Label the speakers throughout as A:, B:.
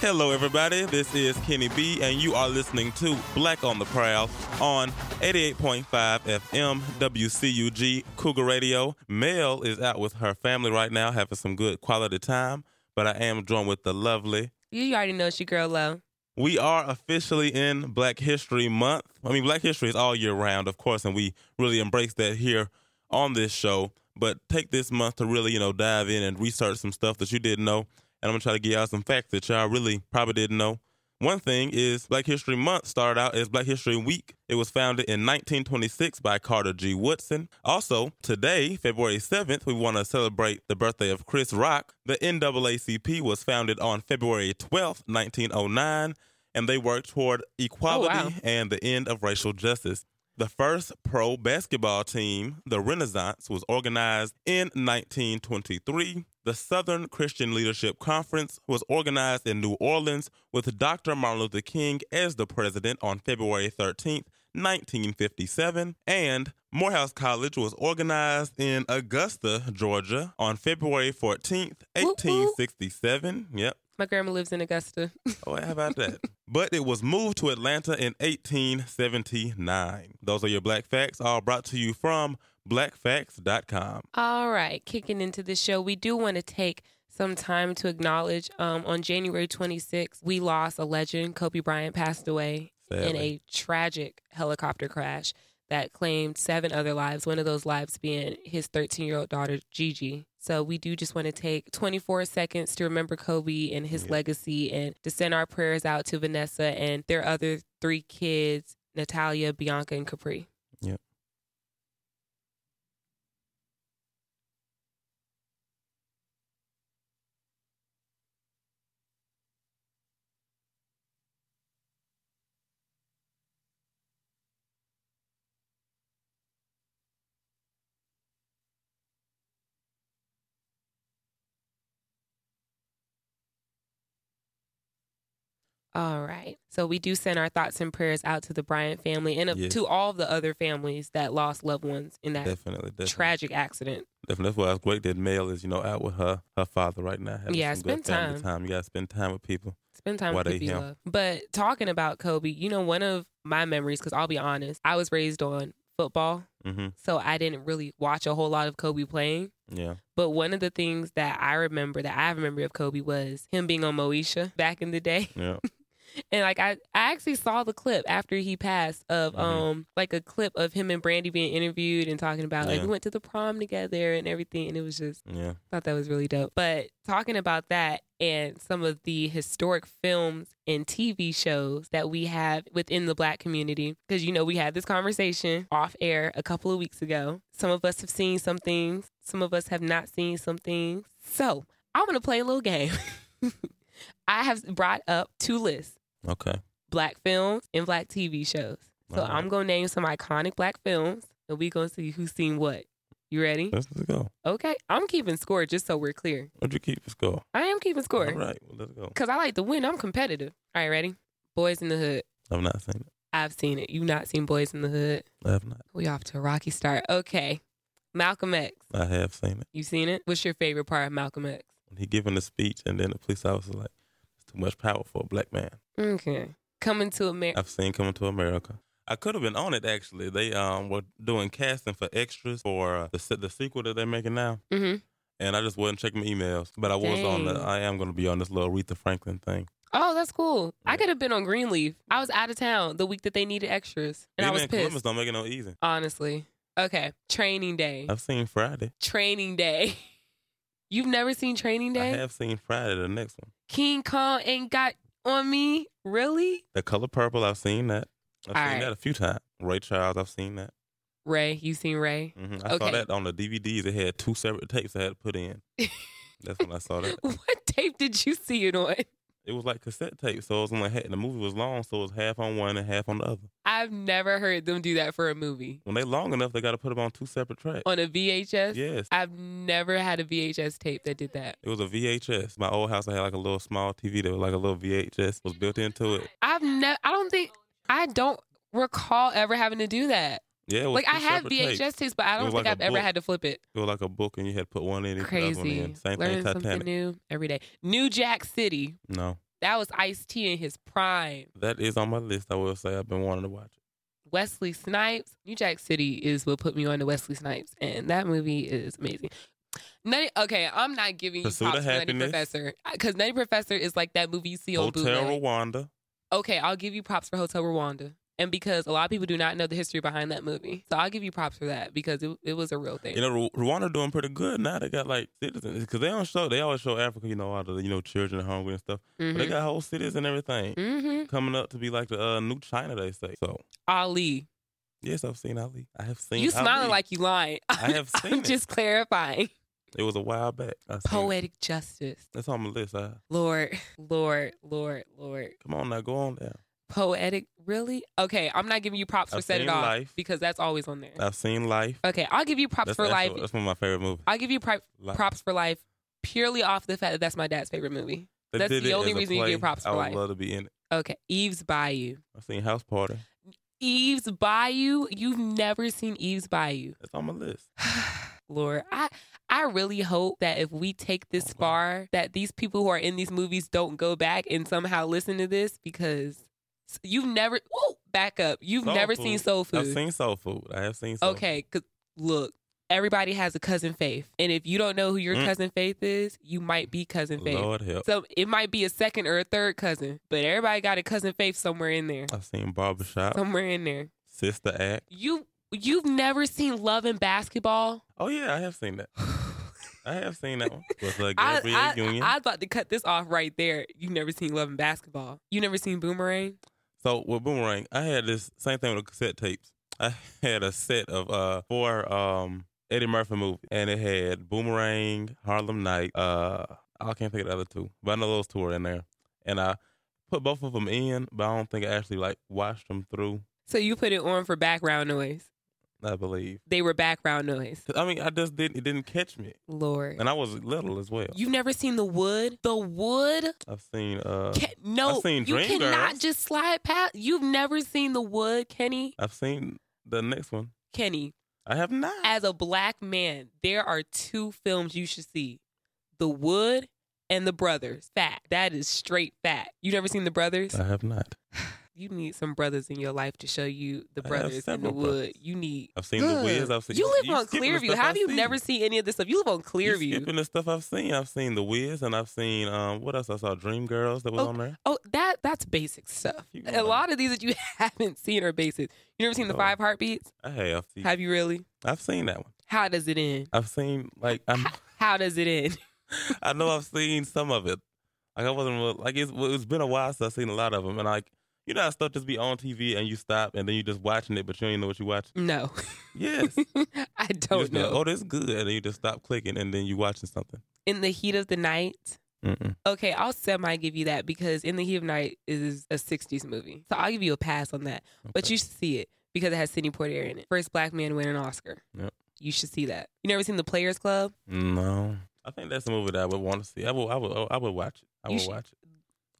A: Hello, everybody. This is Kenny B, and you are listening to Black on the Prowl on 88.5 FM WCUG Cougar Radio. Mel is out with her family right now, having some good quality time, but I am joined with the lovely.
B: You already know she girl low.
A: We are officially in Black History Month. I mean, Black History is all year round, of course, and we really embrace that here on this show. But take this month to really, you know, dive in and research some stuff that you didn't know and I'm gonna try to give y'all some facts that y'all really probably didn't know. One thing is Black History Month started out as Black History Week. It was founded in 1926 by Carter G. Woodson. Also, today, February 7th, we want to celebrate the birthday of Chris Rock. The NAACP was founded on February 12th, 1909, and they worked toward equality
B: wow.
A: and the end of racial justice. The first pro basketball team, the Renaissance, was organized in 1923. The Southern Christian Leadership Conference was organized in New Orleans with Dr. Martin Luther King as the president on February 13, 1957. And Morehouse College was organized in Augusta, Georgia on February 14,
B: Whoop, whoop.
A: 1867. Yep.
B: My grandma lives in Augusta.
A: Oh, how about that? but it was moved to Atlanta in 1879. Those are your black facts, all brought to you from blackfacts.com.
B: All right, kicking into the show, we do want to take some time to acknowledge um, on January 26th, we lost a legend. Kobe Bryant passed away in
A: Sadly.
B: a tragic helicopter crash that claimed seven other lives, one of those lives being his 13 year old daughter, Gigi. So we do just want to take 24 seconds to remember Kobe and his
A: Yeah.
B: legacy and to send our prayers out to Vanessa and their other three kids, Natalia, Bianca, and Capri. All right. So we do send our thoughts and prayers out to the Bryant family and uh,
A: Yes.
B: to all the other families that lost loved ones in that
A: Definitely, definitely.
B: tragic accident.
A: definitely. That's why it's great that Mel is, you know, out with her her father right now. having
B: Yeah,
A: some
B: spend
A: good family
B: time.
A: You gotta spend time with people.
B: Spend time
A: Why
B: with
A: they
B: people you
A: him?
B: love. But talking about Kobe, you know, one of my memories, because I'll be honest, I was raised on football,
A: Mm-hmm.
B: so I didn't really watch a whole lot of Kobe playing.
A: Yeah.
B: But one of the things that I remember that I have a memory of Kobe was him being on Moesha back in the day.
A: Yeah.
B: And like I, I actually saw the clip after he passed of
A: Mhm.
B: um like a clip of him and Brandy being interviewed and talking about like
A: Yeah.
B: we went to the prom together and everything and it was just
A: Yeah.
B: thought that was really dope. But talking about that and some of the historic films and TV shows that we have within the black community, because you know, we had this conversation off air a couple of weeks ago. Some of us have seen some things, some of us have not seen some things. So I'm gonna play a little game. I have brought up two lists
A: Okay.
B: black films and black TV shows. So
A: All right.
B: I'm gonna name some iconic black films, and we gonna see who's seen what. You ready?
A: Let's, let's go.
B: Okay, I'm keeping score just so we're clear.
A: What'd you keep? Let's go.
B: I am keeping
A: All
B: score
A: right. Well, let's go.
B: because I like to win. I'm competitive. All right, ready? Boys in the Hood.
A: I've not seen it.
B: I've seen it. You've not seen Boys in the Hood.
A: I have not.
B: We off to a rocky start. Okay, Malcolm X.
A: I have seen it.
B: You seen it? What's your favorite part of Malcolm X?
A: When he giving the speech and then the police officer like, it's too much power for a black man.
B: Okay, Coming to America.
A: I've seen Coming to America. I could have been on it actually. They um were doing casting for extras for uh, the se- the sequel that they're making now,
B: hmm
A: and I just wasn't checking my emails. But I was on the.
B: Dang.
A: I am going to be on this little Aretha Franklin thing.
B: Oh, that's cool. I
A: Yeah.
B: could have been on Greenleaf. I was out of town the week that they needed extras, and I
A: Being
B: was
A: in
B: pissed.
A: Columbus don't make it no easy.
B: honestly. Okay, Training Day.
A: I've seen Friday.
B: Training Day. You've never seen Training
A: I
B: Day?
A: have seen Friday. The next one,
B: King Kong ain't got on me, really?
A: The Color Purple. I've seen that. I've
B: All
A: seen
B: right.
A: that a few times. Ray Charles. I've seen that.
B: Ray, you seen Ray?
A: hmm I saw
B: Okay.
A: that on the DVDs. They had two separate tapes I had to put in. That's when I saw that.
B: What tape did you see it on?
A: It was like cassette tape, so it was only had, the movie was long, so it was half on one and half on the other.
B: I've never heard them do that for a movie
A: When they long enough, they got to put them on two separate tracks.
B: on a VHS.
A: Yes.
B: I've never had a VHS tape that did that.
A: It was a VHS. My old house, I had like a little small TV that was like a little VHS was built into it.
B: I've never. I don't think. I don't recall ever having to do that.
A: Yeah, it was
B: Like
A: two
B: I have
A: separate tapes.
B: VHS tapes, but I
A: It
B: don't
A: was
B: think
A: like a
B: I've ever
A: book.
B: had to flip it.
A: It was like a book, and you had to put one in and put the other one
B: Crazy.
A: in. Same
B: Learning
A: thing,
B: something
A: Titanic.
B: new every day. New Jack City.
A: No,
B: That was Ice T in his prime.
A: That is on my list. I will say I've been wanting to watch it.
B: Wesley Snipes. New Jack City is what put me on to Wesley Snipes, and that movie is amazing. Nutty, okay, I'm not giving you
A: Pursuit of
B: props for Nutty
A: Happiness.
B: Professor because Nutty Professor is like that movie you see on
A: Hotel
B: bootleg.
A: Rwanda.
B: Okay, I'll give you props for Hotel Rwanda, and because a lot of people do not know the history behind that movie, so I'll give you props for that because it, it was a real thing.
A: You know, Ru- Rwanda doing pretty good now. They got like citizens because they don't show. They always show Africa. You know, all the you know children hungry and stuff.
B: Mm-hmm.
A: But they got whole cities and everything
B: hmm
A: coming up to be like the uh, new China. They say so.
B: Ali,
A: Yes, I've seen Ali. I have seen.
B: you smiling
A: Ali.
B: like you lying.
A: I have seen
B: I'm
A: it.
B: just clarifying.
A: it was a while back. I seen it.
B: Poetic justice.
A: That's on my list. I,
B: Lord, Lord, Lord, Lord.
A: come on now, go on down.
B: Poetic, really? Okay, I'm not giving you props for
A: I've
B: Set It
A: seen
B: Off
A: Life.
B: because that's always on there.
A: I've seen Life.
B: Okay, I'll give you props
A: That's
B: for
A: actually-
B: Life.
A: That's one of my favorite movies.
B: I'll give you pri-
A: Life.
B: props for Life purely off the fact that that's my dad's favorite movie.
A: They
B: that's
A: did
B: the
A: it
B: only
A: as a
B: reason you get
A: play.
B: props for
A: I would
B: Life.
A: love to be in it.
B: Okay, Eve's Bayou.
A: I've seen House Party.
B: Eve's Bayou. You've never seen Eve's Bayou.
A: That's on my list.
B: Lord, I I really hope that if we take this
A: Oh, God.
B: far, that these people who are in these movies don't go back and somehow listen to this because you've never. Woo, back up. You've
A: Soul
B: never seen
A: Food.
B: Soul Food.
A: I've seen Soul Food. I have seen. Soul
B: Okay, 'cause look, everybody has a cousin Faith, and if you don't know who your
A: Mm.
B: cousin Faith is, you might be cousin
A: Food.
B: Faith.
A: Lord help.
B: So it might be a second or a third cousin, but everybody got a cousin Faith somewhere in there,
A: I've seen Barbershop,
B: somewhere in there.
A: Sister Act.
B: You you've never seen Love and Basketball.
A: Oh yeah, I have seen that. I have seen that one with uh,
B: I,
A: Gabrielle
B: I,
A: Union.
B: I, would like to cut this off right there. You've never seen Love and Basketball. You never seen Boomerang.
A: so with Boomerang, I had this same thing with the cassette tapes. I had a set of uh four um Eddie Murphy movies, and it had Boomerang, Harlem Night. Uh, I can't think of the other two, but I know those two are in there. And I put both of them in, but I don't think I actually like watched them through.
B: So you put it on for background noise.
A: I believe.
B: They were background noise.
A: 'Cause, I mean, I just didn't. It didn't catch me,
B: Lord,
A: and I was little as well.
B: you've never seen The Wood. The Wood.
A: I've seen. uh
B: Can, no,
A: I've seen
B: you
A: Dreamgirls.
B: cannot just slide past. You've never seen the wood, Kenny.
A: I've seen the next one.
B: Kenny,
A: I have not.
B: as a black man, there are two films you should see: The Wood and The Brothers. Fact. That is straight fact. You never seen The Brothers?
A: I have not.
B: You need some brothers in your life to show you
A: I
B: The
A: have
B: Brothers and The
A: several
B: Wood.
A: brothers.
B: You need.
A: I've seen the
B: Good.
A: Wiz. I've seen
B: You live on
A: skipping the
B: Clearview.
A: stuff
B: How
A: I've
B: have you
A: seen.
B: never seen any of this stuff? You live on
A: You
B: Clearview.
A: Skipping the stuff I've seen. I've seen the Wiz, and I've seen um what else? I saw Dream Girls that was
B: Oh,
A: on there.
B: Oh, that that's basic stuff.
A: You
B: A
A: going.
B: lot of these that you haven't seen are basic. You never seen the
A: No.
B: Five Heartbeats?
A: I have. seen-
B: Have you really?
A: I've seen that one.
B: How does it end?
A: I've seen like I'm,
B: How does it end?
A: I know I've seen some of it. Like I wasn't real- like it's well, it's been a while since I've seen a lot of them, and like you know how stuff just be on TV and you stop and then you just watching it, but you don't even know what you watching.
B: No,
A: Yes.
B: I
A: You
B: don't
A: just be like,
B: know.
A: oh, this good. And then you just stop clicking and then you watching something.
B: In the heat of the night.
A: Mm-mm.
B: Okay, I'll semi give you that because In the Heat of Night is a 60s movie. So I'll give you a pass on that. But
A: Okay.
B: you should see it because it has Sidney Poitier in it. First black man win an Oscar.
A: Yep.
B: You should see that. You never seen The Players Club?
A: No. I think that's a movie that I would want to see. I would, I would, I would watch it. I
B: You
A: would
B: should-
A: watch it.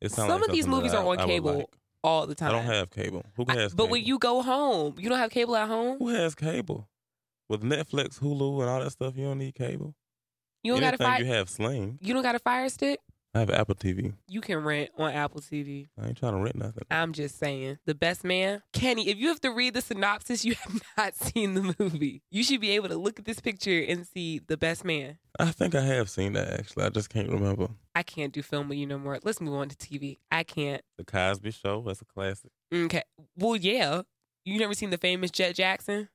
A: it sound
B: Some of these
A: something that
B: movies
A: I-
B: are on
A: I would
B: cable
A: like.
B: All the time.
A: I don't have cable. Who
B: I-
A: has?
B: but
A: cable?
B: when you go home, you don't have cable at home.
A: who has cable with Netflix, Hulu, and all that stuff, you don't need cable.
B: You don't got a
A: Anything
B: fire.
A: you have Sling.
B: You don't got a Fire Stick.
A: I have Apple TV.
B: You can rent on Apple TV.
A: I ain't trying to rent nothing.
B: I'm just saying, the best man, Kenny. If you have to read the synopsis, you have not seen the movie. You should be able to look at this picture and see the best man.
A: I think I have seen that actually. I just can't remember.
B: I can't do film with you no more. Let's move on to TV. I can't.
A: The Cosby Show. That's a classic.
B: Okay. Well, yeah. You never seen the famous Jet Jackson?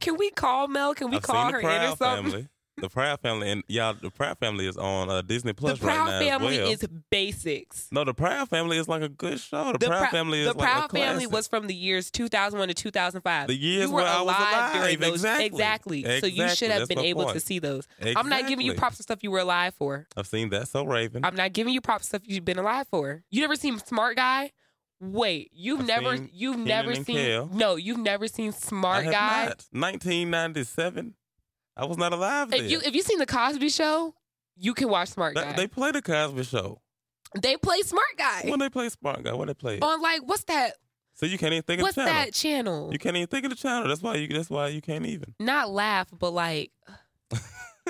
B: Can we call Mel? Can we
A: I've
B: call
A: seen
B: her
A: the
B: in
A: Proud
B: or something?
A: Family. The Proud Family and y'all, the Proud Family is on uh, Disney Plus
B: the Proud
A: right now. as
B: Family
A: well.
B: is basics.
A: No, the Proud Family is like a good show. The, Proud
B: Prou-
A: Family is
B: the
A: like a
B: Proud Family
A: classic.
B: was from the years 2001 to 2005.
A: the years
B: you were
A: where I
B: alive,
A: was alive.
B: during those
A: exactly.
B: exactly. So you
A: Exactly.
B: should have
A: That's
B: been
A: my
B: able to
A: point.
B: see those. I'm not giving you
A: Exactly.
B: props for stuff you were alive for.
A: I've seen that. So Raven.
B: I'm not giving you props for stuff you've been alive for. You never seen Smart Guy? Wait, you've
A: I've
B: never
A: seen
B: you've
A: Kenan
B: never
A: and
B: seen
A: Kel.
B: No, you've never seen
A: I
B: Smart
A: have
B: Guy.
A: not. 1997. I was not alive then.
B: If Uh, you if you seen the Cosby show, you can watch Smart
A: They-
B: Guy.
A: they
B: They,
A: play the Cosby Show.
B: play Smart Guy.
A: When they play Smart Guy, when they play it.
B: On like what's that
A: So you can't even think of
B: what's
A: the channel.
B: that channel?
A: You can't even think of the channel. That's why you. That's why you can't even.
B: Not laugh, but like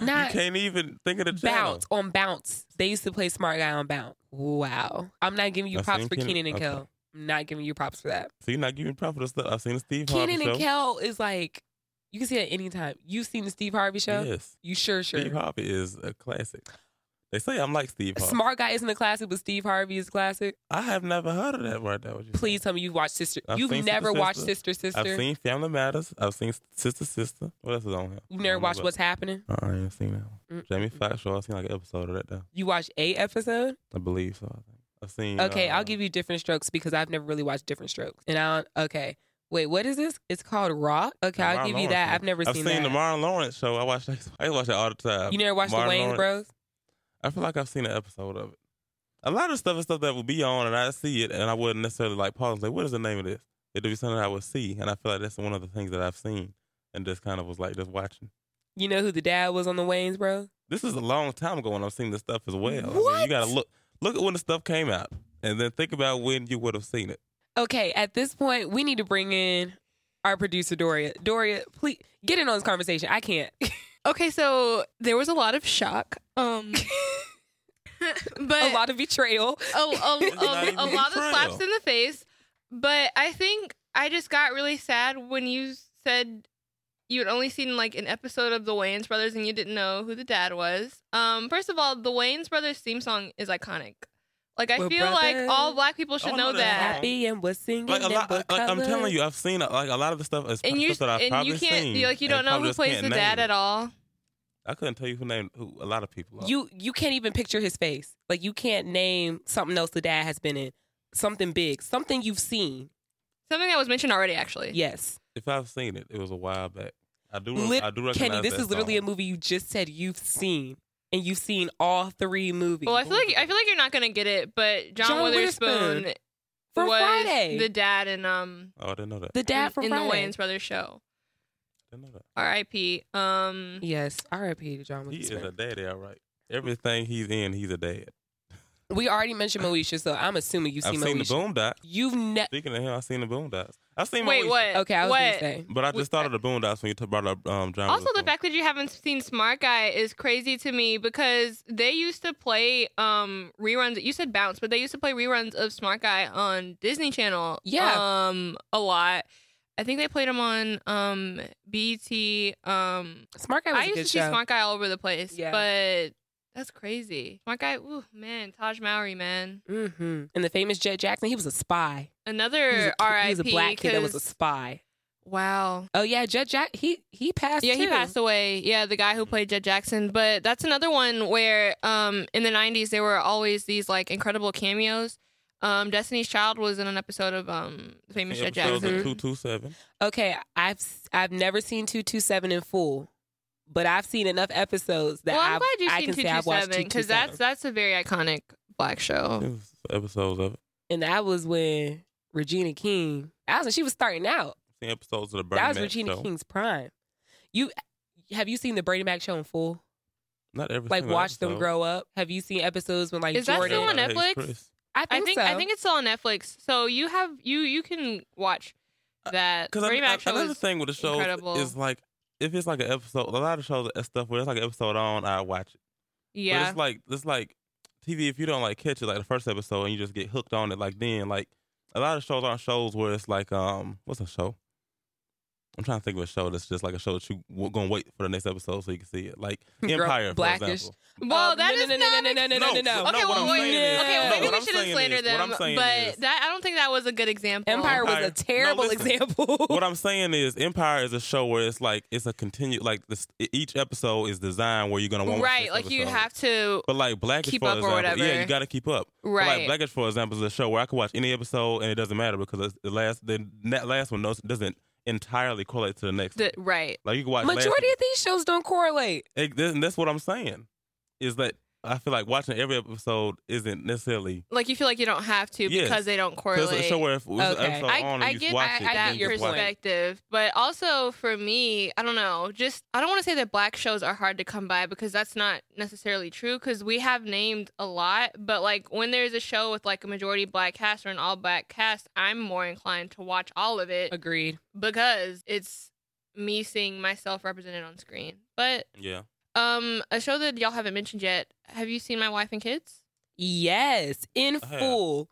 A: You
B: Not
A: can't even think of the channel.
B: Bounce on Bounce. They used to play Smart Guy on Bounce. Wow. I'm not giving you
A: I've
B: props
A: seen
B: for
A: Kenan-
B: Keenan and
A: okay.
B: Kel. I'm not giving you props for that.
A: So you're not giving proper stuff. I've seen the Steve Harvey
B: Kenan and
A: show.
B: Kel is like, you can see it anytime. You've seen the Steve Harvey show?
A: Yes,
B: You sure, sure.
A: Steve Harvey is a classic. They say I'm like Steve Harvey.
B: Smart Guy isn't a classic, but Steve Harvey is a classic.
A: I have never heard of that right now. what you said.
B: Please tell me you've watched Sister.
A: I've
B: you've
A: seen Sister,
B: never watched
A: Sister.
B: Sister
A: I've
B: Sister.
A: seen Family Matters. I've seen Sister Sister. What else is on here?
B: You've
A: I
B: never
A: don't know
B: watched
A: about-
B: What's Happening.
A: Uh-uh, I ain't seen that one.
B: Mm.
A: Jamie Foxx show. I've seen like an episode of that though.
B: You watched a episode.
A: I believe so. I think. I've seen. uh,
B: Okay, I'll give you Different Strokes because I've never really watched Different Strokes. And I don't. Okay, wait, what is this? It's called Rock. Okay, I'll
A: Martin
B: give you
A: Lawrence
B: that.
A: show.
B: I've never
A: I've
B: seen
A: seen
B: that.
A: the Martin Lawrence show. I watch. that- I watch that all the time.
B: you never watched the
A: Martin
B: Wayne Bros.
A: I feel like I've seen an episode of it. A lot of stuff is stuff that would be on, and I see it, and I wouldn't necessarily like pause and say, "What is the name of this?" It'd be something I would see, and I feel like that's one of the things that I've seen, and just kind of was like just watching.
B: You know who the dad was on the Wayne's Bros?
A: This is a long time ago, and I've seen this stuff as well. I mean, you
B: What?
A: gotta look look at when the stuff came out, and then think about when you would have seen it.
B: Okay, at this point, we need to bring in our producer Doria. Doria, please get in on this conversation. I can't.
C: Okay, so there was a lot of shock. Um, but
B: a lot of betrayal.
C: a, a-
A: It's not
C: a-
A: even
C: a lot of
A: betrayal.
C: slaps in the face. But I think I just got really sad when you said you had only seen like an episode of the Wayans Brothers and you didn't know who the dad was. Um, first of all, the Wayans Brothers theme song is iconic. Like I
B: We're
C: feel
B: brothers.
C: like all black people should
A: Oh, I
C: know
A: know that
C: that.
A: song.
B: Happy and was singing.
A: Like a
B: and
A: lot,
B: we're
A: like I'm telling
B: colored.
A: you, I've seen like a lot of the stuff. Is
C: And you
A: stuff that I've
C: and
A: probably
C: you can't
A: seen,
C: you- like you
A: and
C: don't know
A: probably
C: who
A: just
C: plays
A: can't
C: the
A: name
C: dad
A: it.
C: at all.
A: I couldn't tell you who named who a lot of people. Are.
B: You you can't even picture his face. Like you can't name something else the dad has been in. Something big, something you've seen.
C: Something that was mentioned already, actually.
B: Yes,
A: if I've seen it, it was a while back. I do.
B: Lit-
A: I do recognize
B: Kenny. This
A: that
B: is literally
A: song.
B: a movie you just said you've seen, and you've seen all three movies.
C: Well, I feel like I feel like you're not gonna get it, but John,
B: John
C: Witherspoon
B: Witherspoon from
C: was
B: Friday,
C: the dad in um
A: Oh, I didn't know that.
B: The dad
C: in-
B: from
C: in, the
B: Friday.
C: Wayans Brothers show.
A: didn't know that.
C: R.I.P. Um,
B: Yes, R.I.P. to John
A: He is a
B: Witherspoon.
A: daddy, all right. Everything he's in, he's a dad.
B: We already mentioned Moesha, so I'm assuming you've
A: I've
B: seen
A: seen the
B: Moesha.
A: Boondocks.
B: You've never.
A: Speaking of him, I've seen the Boondocks. I've seen.
C: wait,
A: Moesha.
C: what?
B: Okay, I was
C: what?
B: gonna say.
A: But I
C: Was-
A: just thought of the Boondocks when you t- brought up um, John.
C: Also, the
A: Witherspoon.
C: fact that you haven't seen Smart Guy is crazy to me because they used to play um reruns. You said Bounce, but they used to play reruns of Smart Guy on Disney Channel.
B: Yeah.
C: um, a lot. I think they played him on um BET. Um,
B: Smart Guy was
C: I
B: a
C: used
B: good
C: to see
B: show.
C: Smart Guy all over the place,
B: Yeah.
C: but that's crazy. Smart Guy, ooh, man, Taj Mowry, man,
B: hmm And the famous Jet Jackson, he was a spy. He was a,
C: another
B: kid-
C: R.I.P.
B: he was a black kid that was a
C: 'cause-
B: spy.
C: wow.
B: Oh yeah, Jet Jack. He he passed.
C: Yeah, he
B: too.
C: passed away. Yeah, the guy who played Jed Jackson. But that's another one where um, in the 90s, there were always these like incredible cameos. Um, Destiny's Child was in an episode of um, the famous Jed
A: Episodes of
C: Jackson.
A: Two two seven.
B: Okay, I've s- I've never seen two two seven in full, but I've seen enough episodes that
C: Well, I'm
B: I've-
C: glad you've
B: I can
C: seen
B: say I've watched
C: 227 because
B: 227.
C: that's that's a very iconic black show.
A: Episodes of it.
B: and that was when Regina King. That was when she was starting out.
A: Seen episodes of the Bernie
B: That was
A: Mac
B: Regina
A: show.
B: King's prime. You have you seen the Brady Mac show in full?
A: Not every
B: Like
A: single
B: watch them
A: episode.
B: grow up. Have you seen episodes when like
C: Is that
A: Everybody
B: Jordan?
C: still on
A: hates
C: Netflix?
A: Chris.
B: I
C: I think I
B: so.
C: think it's still on Netflix. So you have you you can watch that.
A: Because
C: Bernie Mac show
A: another
C: is-
A: thing with the shows
C: incredible.
A: is like if it's like an episode, a lot of shows and stuff where it's like an episode on, I watch it. But
C: yeah.
A: it's like it's like TV. If you don't like catch it like the first episode and you just get hooked on it, like then like a lot of shows aren't shows where it's like um what's a show? I'm trying to think of a show that's just like a show that you w- gonna wait for the next episode so you can see it. Like
B: Girl,
A: Empire, for
B: Blackish.
A: example.
C: Well,
B: Um,
C: that
B: no,
C: is
B: no, no,
C: not
B: no, no, no, no, no, no.
C: Okay,
A: uh, No, what
C: well,
A: I'm
C: wait.
A: saying is-
C: okay,
B: no,
C: maybe
A: what
C: we
A: I'm
C: shouldn't
A: saying is-
C: slander
A: what
C: them,
A: I'm saying
C: but
A: is-
C: that I don't think that was a good example.
B: Empire was
A: Empire.
B: a terrible
A: No, listen.
B: example.
A: What I'm saying is Empire is a show where it's like it's a continued like this, each episode is designed where you're gonna want
C: right? Like you have to,
A: But like Blackish,
C: keep
A: for
C: up or
A: example, yeah,
C: whatever.
A: you gotta keep up. But,
C: right?
A: Like Blackish, for example, is a show where I could watch any episode and it doesn't matter because it's the last the that last one doesn't- doesn't entirely correlate to the next.
C: The-
A: one.
C: right.
A: Like you can watch last
B: Majority of these shows don't correlate.
A: It, th- and that's what I'm saying. Is that I feel like watching every episode isn't necessarily
C: Like you feel like you don't have to
A: Yes.
C: because they don't
A: 'cause
C: correlate.
A: it's a show where if it's
B: Okay.
A: an episode
C: I,
A: on and
C: I
A: you
C: get,
A: watch
C: I,
A: it, then
C: I get
A: you
C: your
A: just watch it.
C: perspective, but also for me, I don't know. Just I don't want to say that black shows are hard to come by because that's not necessarily true. Because we have named a lot, but like when there's a show with like a majority black cast or an all black cast, I'm more inclined to watch all of it
B: Agreed.
C: because it's me seeing myself represented on screen. But
A: Yeah,
C: Um, a show that y'all haven't mentioned yet. Have you seen My Wife and Kids?
B: Yes, in
A: I have.
B: full,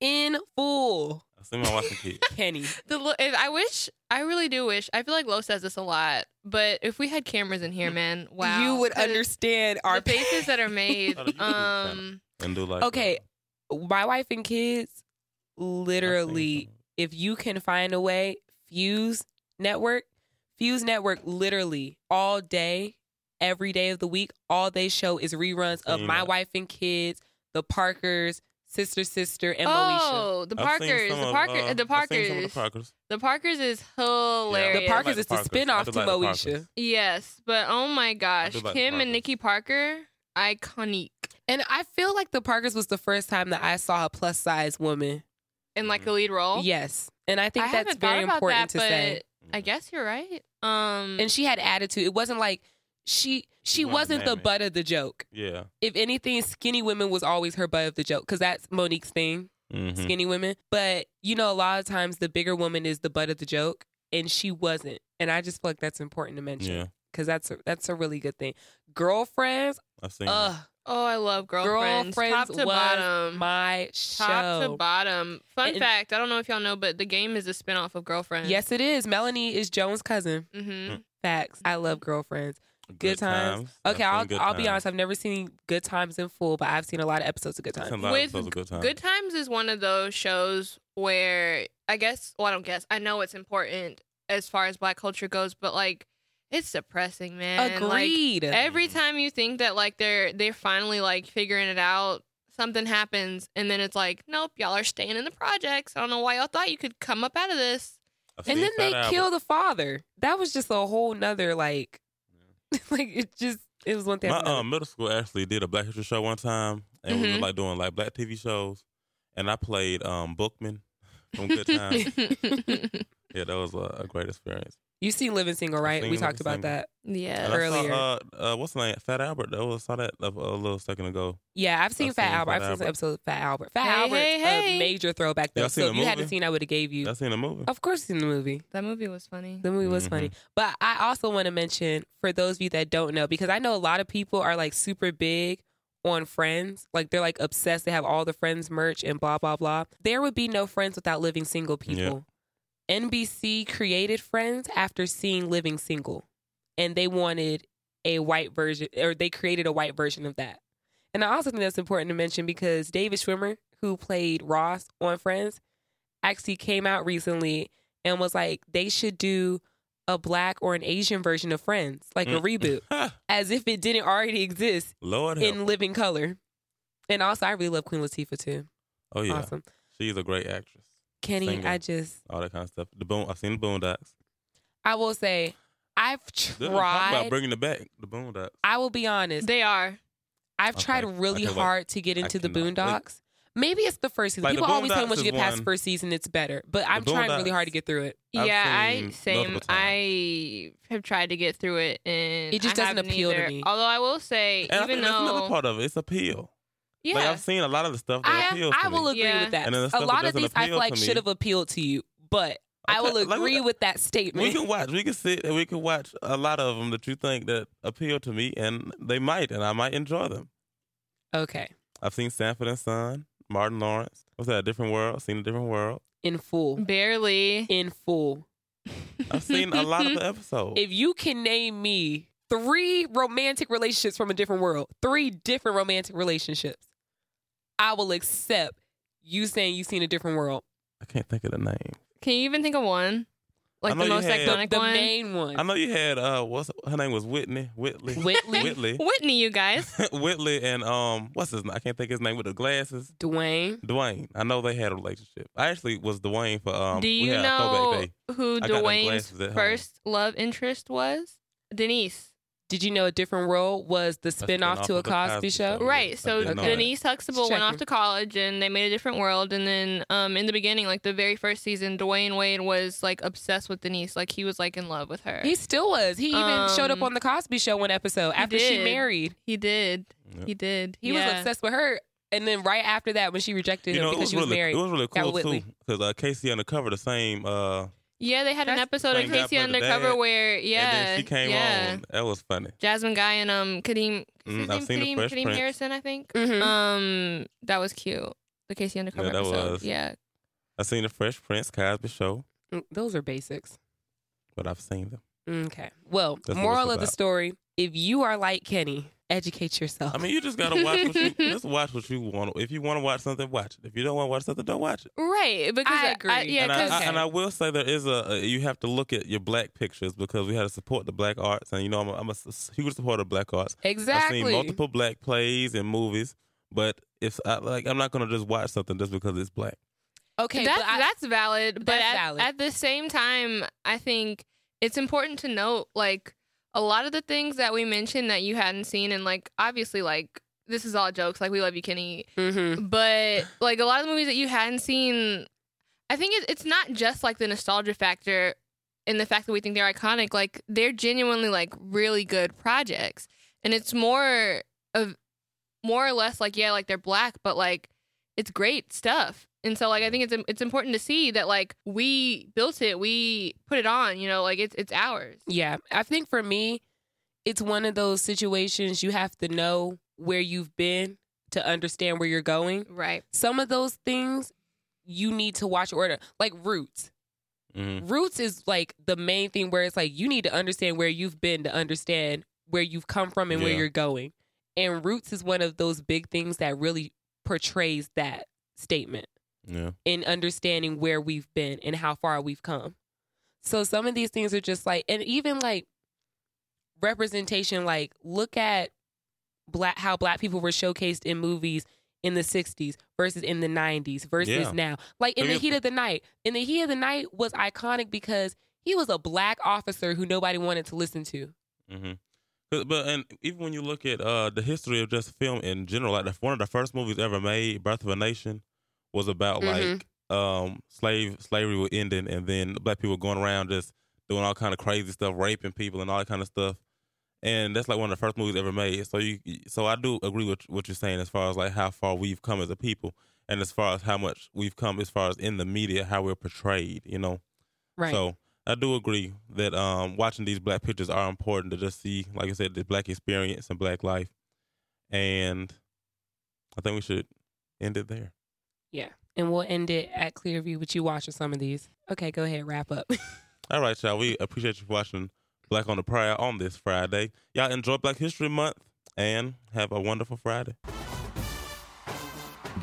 B: in full.
A: I see my wife and kids.
B: Kenny,
C: The lo- if I wish I really do wish. I feel like Lo says this a lot, but if we had cameras in here, man, wow,
B: Hmm. you would
C: 'Cause
B: understand our
C: the faces that are made.
A: Not a YouTube channel.
C: Um,
A: And do like
B: Okay, my wife and kids
A: that.
B: literally if you can find a way fuse network fuse network literally all day every day of the week all they show is reruns of
A: Seen
B: my
A: it.
B: wife and kids the parkers sister sister and Moesha.
C: oh,
A: I've
C: the
A: seen
C: Parkers,
A: some
C: the
A: of,
C: Parker,
A: uh,
C: the
A: I've seen some of
C: Parkers,
A: the Parkers.
C: the Parkers is
A: Yeah.
C: hilarious.
B: the parkers
A: the
B: is the
A: Parkers. I
B: spinoff
A: do
B: to
A: like the
B: moesha
A: Parkers.
C: Yes, but oh my gosh,
A: do like the
C: Kim
A: Parkers.
C: and Nikki Parker, iconic
B: and i feel like the parkers was the first time that i saw a plus size woman
C: in like
A: Mhm.
C: a lead role.
B: yes and i think
C: Oh. I
B: that's
C: haven't
B: very
C: thought about
B: important to
C: that,
B: say
C: but I guess you're right. Um,
B: and she had attitude it wasn't like she she
A: You wanna
B: wasn't the
A: name it.
B: butt of the joke
A: Yeah.
B: if anything, skinny women was always her butt of the joke because that's Monique's thing,
A: Mhm.
B: skinny women. But you know, a lot of times the bigger woman is the butt of the joke, and she wasn't. And I just feel like that's important to
A: Yeah.
B: mention because that's a, that's a really good thing. Girlfriends,
A: I've seen
B: ugh,
C: oh, I love girlfriends,
B: Girlfriends
C: top
B: was
C: to bottom.
B: my
C: Top to
B: show.
C: bottom. Fun
B: And-
C: fact: I don't know if y'all know, but the game is a spinoff of Girlfriends.
B: Yes, it is. Melanie is Joan's cousin.
C: Mm-hmm.
B: Facts. I love girlfriends.
A: Good,
B: times.
A: I've
B: Okay,
A: seen
B: I'll,
A: Good
B: I'll be
A: Times.
B: honest. I've never seen Good Times in full, but I've seen a lot of episodes of Good
A: I've
B: Times.
A: seen a lot of
C: With
A: episodes of good times.
C: Good Times is one of those shows where I guess, well, I don't guess. I know it's important as far as Black culture goes, but like, it's depressing, man. Like,
B: Agreed.
C: every
A: Mhm.
C: time you think that like they're they're finally like figuring it out something happens and then it's like nope y'all are staying in the projects i don't know why y'all thought you could come up out of this
A: I've
B: and
A: seen
B: then they
A: Fat Albert.
B: kill the father. That was just a whole nother like, like it just it was one thing.
A: My
B: after another.
A: um, middle school actually did a Black History show one time, and we
C: Mhm.
A: were like doing like Black TV shows, and I played um Bookman from Good Times. yeah, that was a, a great experience.
B: you seen Living Single, right?
A: seen
B: We
A: Living
B: talked about
A: Single.
B: that.
C: yeah
A: And I saw,
B: Earlier.
A: uh, uh, what's the name? Fat Albert. That was, I saw that a, a little second ago.
B: Yeah, I've seen
A: I've
B: Fat
A: seen
B: Albert.
A: Fat
B: I've seen
A: Albert.
B: some episodes of Fat Albert. Fat
C: Hey,
B: Albert's
C: hey, hey.
B: a major throwback though.
A: Y'all seen
B: So if
A: the
B: you hadn't
A: movie?
B: seen, I would have gave you.
A: I seen the movie.
B: Of course, in the movie.
C: that movie was funny
B: The movie was funny. But I also want to mention for those of you that don't know, because I know a lot of people are like super big on friends. Like they're like obsessed. They have all the friends merch and blah, blah, blah. There would be no friends without living single people. NBC created friends after seeing living single. And they wanted a white version or they created a white version of that. And I also think that's important to mention because David Schwimmer, who played Ross on Friends, actually came out recently and was like, they should do a black or an Asian version of Friends, like
A: Mm.
B: a reboot,
A: Ha!
B: as if it didn't already exist
A: Lord help.
B: in living color. And also, I really love Queen Latifah too.
A: oh yeah,
B: Awesome.
A: she's a great actress.
B: Kenny,
A: Single.
B: I just,
A: All that kind of stuff. The boon. I've seen the Boondocks.
B: I will say, I've
A: They're talking about
B: tried.
A: bringing it back. The Boondocks.
B: I will be honest.
C: they are
B: I've
A: Okay.
B: tried
A: I
B: really
A: can wait.
B: hard to get into the
A: cannot wait.
B: Boondocks. Maybe it's the first season.
A: Like, the
B: People always say
A: Boondocks
B: once you
A: is
B: get past
A: one-
B: first season, it's better. But I'm
A: The
B: trying really hard to
A: Boondocks-
B: get through it.
A: I've
C: yeah i
A: seen
C: same
A: multiple times.
C: i have tried to get through it and
B: It just
C: I
B: doesn't
C: haven't
B: appeal to
C: either.
B: me.
C: although i will say
A: And I
C: even
A: think that's another
C: though
A: part of it. It's appeal.
C: yeah
A: Like I've seen a lot of the stuff that
B: I,
A: appeals
B: I
A: to me.
B: will agree
C: Yeah.
B: with that.
A: And then the
B: a
A: stuff that
B: lot of
A: doesn't
B: these I feel
A: appeal
B: like
A: to me-
B: should have appealed to you, but I
A: Okay,
B: will
A: like,
B: agree with that
A: We
B: statement.
A: can watch. We can sit and we can watch a lot of them that you think that appeal to me, and they might, and I might enjoy them.
B: okay,
A: I've seen Sanford and Son, Martin Lawrence. What's that? A different world. Seen a different world.
B: in full,
C: barely
B: in full.
A: I've seen a lot of the episodes.
B: If you can name me three romantic relationships from a different world, three different romantic relationships, I will accept you saying you've seen a different world.
A: I can't think of the name.
C: can you even think of one like
A: know
C: the
A: you
C: most
A: had-
C: iconic
B: the
C: one
B: main one,
A: I know you had uh, what's her name was Whitney, Whitley,
B: Whitley,
A: Whitley,
C: whitney you guys
A: Whitley, and um, what's his? name? I can't think his name with the glasses.
B: Dwayne.
A: Dwayne. I know they had a relationship. I actually was Dwayne for um.
C: Do
A: we
C: you
A: had a throwback
C: know
A: day.
C: who
A: I got them
C: Dwayne's
A: glasses at home.
C: first love interest was? Denise.
B: Did you know a different world was the spinoff
A: spinoff
B: to a
A: of The Cosby
B: Cosby
A: Show.
B: show?
A: Oh,
C: Right.
A: yes, I
C: So
A: did
B: know
C: Denise Huxtable
B: Just
C: went off
B: checking.
C: to college and they made a different world. And then um, in the beginning, like the very first season, Dwayne Wade was like obsessed with Denise. Like he was like in love with her.
B: He still was. He even showed up
C: Um,
B: on the Cosby Show one episode after she
C: did.
B: married.
C: he did.
A: Yeah.
C: He did.
B: He was obsessed with her, and then right after that, when she rejected him
A: it
B: because she was
A: really,
B: married,
A: It was really
B: Got
A: cool
B: Whitley.
A: too because uh, Casey undercover the same uh,
C: Yeah, they had an
B: That's-
C: episode of
A: Thank God
C: Casey
A: for the
C: Undercover
A: dad.
C: where yeah,
A: and then she came
C: yeah.
A: on. That was funny.
C: Jasmine Guy and um Kadeem, is
A: Mm,
C: his
A: I've
C: name
A: seen the
C: Kadeem,
A: Fresh
C: Kadeem
A: Prince.
C: Harrison, I think.
B: Mhm.
C: Um, that was cute. The Casey Undercover
A: that
C: episode.
A: was.
C: Yeah,
A: I seen the Fresh Prince Cosby Show,
B: Mm, Those are basics.
A: but I've seen them.
B: Okay. Well,
A: That's what it's
B: moral of the
A: about.
B: story: if you are like Kenny, educate yourself.
A: I mean, you just gotta watch what you just watch what you want. If you want to watch something, watch it. If you don't want to watch something, don't watch it.
C: right. Because
B: I agree.
C: yeah,
A: and, I,
C: 'cause-
A: I, and I will say there is a, a you have to look at your black pictures because we had to support the black arts, and you know I'm a, I'm a s- huge supporter of black arts.
B: exactly.
A: I've seen multiple black plays and movies, but if I, like I'm not gonna just watch something just because it's black.
B: okay,
C: that's
B: but I-
C: that's valid. But
B: That's
C: at,
B: valid.
C: at the same time, I think it's important to note like a lot of the things that we mentioned that you hadn't seen, and like obviously like this is all jokes. Like we love you, Kenny.
B: Mhm.
C: but like a lot of the movies that you hadn't seen i think it, it's not just like the nostalgia factor and the fact that we think they're iconic like they're genuinely like really good projects and it's more of more or less like yeah like they're black but like it's great stuff and so like i think it's it's important to see that like we built it we put it on you know like it's it's ours
B: Yeah, I think for me, it's one of those situations you have to know where you've been to understand where you're going.
C: right
B: Some of those things you need to watch order, like Roots.
A: Mm-hmm.
B: Roots is like the main thing where it's like you need to understand where you've been to understand where you've come from and where
A: Yeah.
B: you're going. And Roots is one of those big things that really portrays that statement
A: Yeah,
B: in understanding where we've been and how far we've come. So some of these things are just like, and even like representation, like look at black how black people were showcased in movies in the 60s versus in the 90s versus
A: Yeah.
B: now. Like in
A: I
B: the
A: mean-
B: heat of the night, in the heat of the night was iconic because he was a black officer who nobody wanted to listen to.
A: mm-hmm. But, but and even when you look at uh, the history of just film in general, like the, one of the first movies ever made, Birth of a Nation, was about
B: Mhm.
A: like um, slave slavery was ending, and then black people going around just doing all kind of crazy stuff, raping people, and all that kind of stuff. And that's like one of the first movies ever made. So you, so I do agree with what you're saying as far as like how far we've come as a people, and as far as how much we've come as far as in the media, how we're portrayed. You know.
B: Right.
A: So I do agree that um, watching these black pictures are important to just see, like I said, the black experience and black life. And I think we should end it there.
B: and we'll end it at Clearview, but you watch some of these. Okay, go ahead, wrap up.
A: All right, y'all. We appreciate you for watching Black on the Prayer on this Friday. Y'all enjoy Black History Month and have a wonderful Friday.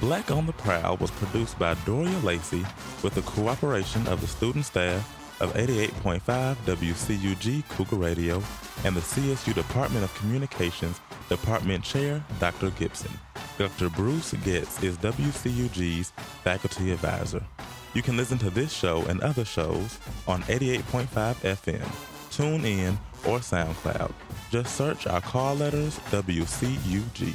A: Black on the Prowl was produced by Doria Lacey with the cooperation of the student staff of 88.5 WCUG Cougar Radio and the CSU Department of Communications Department Chair, Dr. Gibson. Dr. Bruce Getz is WCUG's faculty advisor. You can listen to this show and other shows on 88.5 FM, TuneIn, or SoundCloud. Just search our call letters WCUG.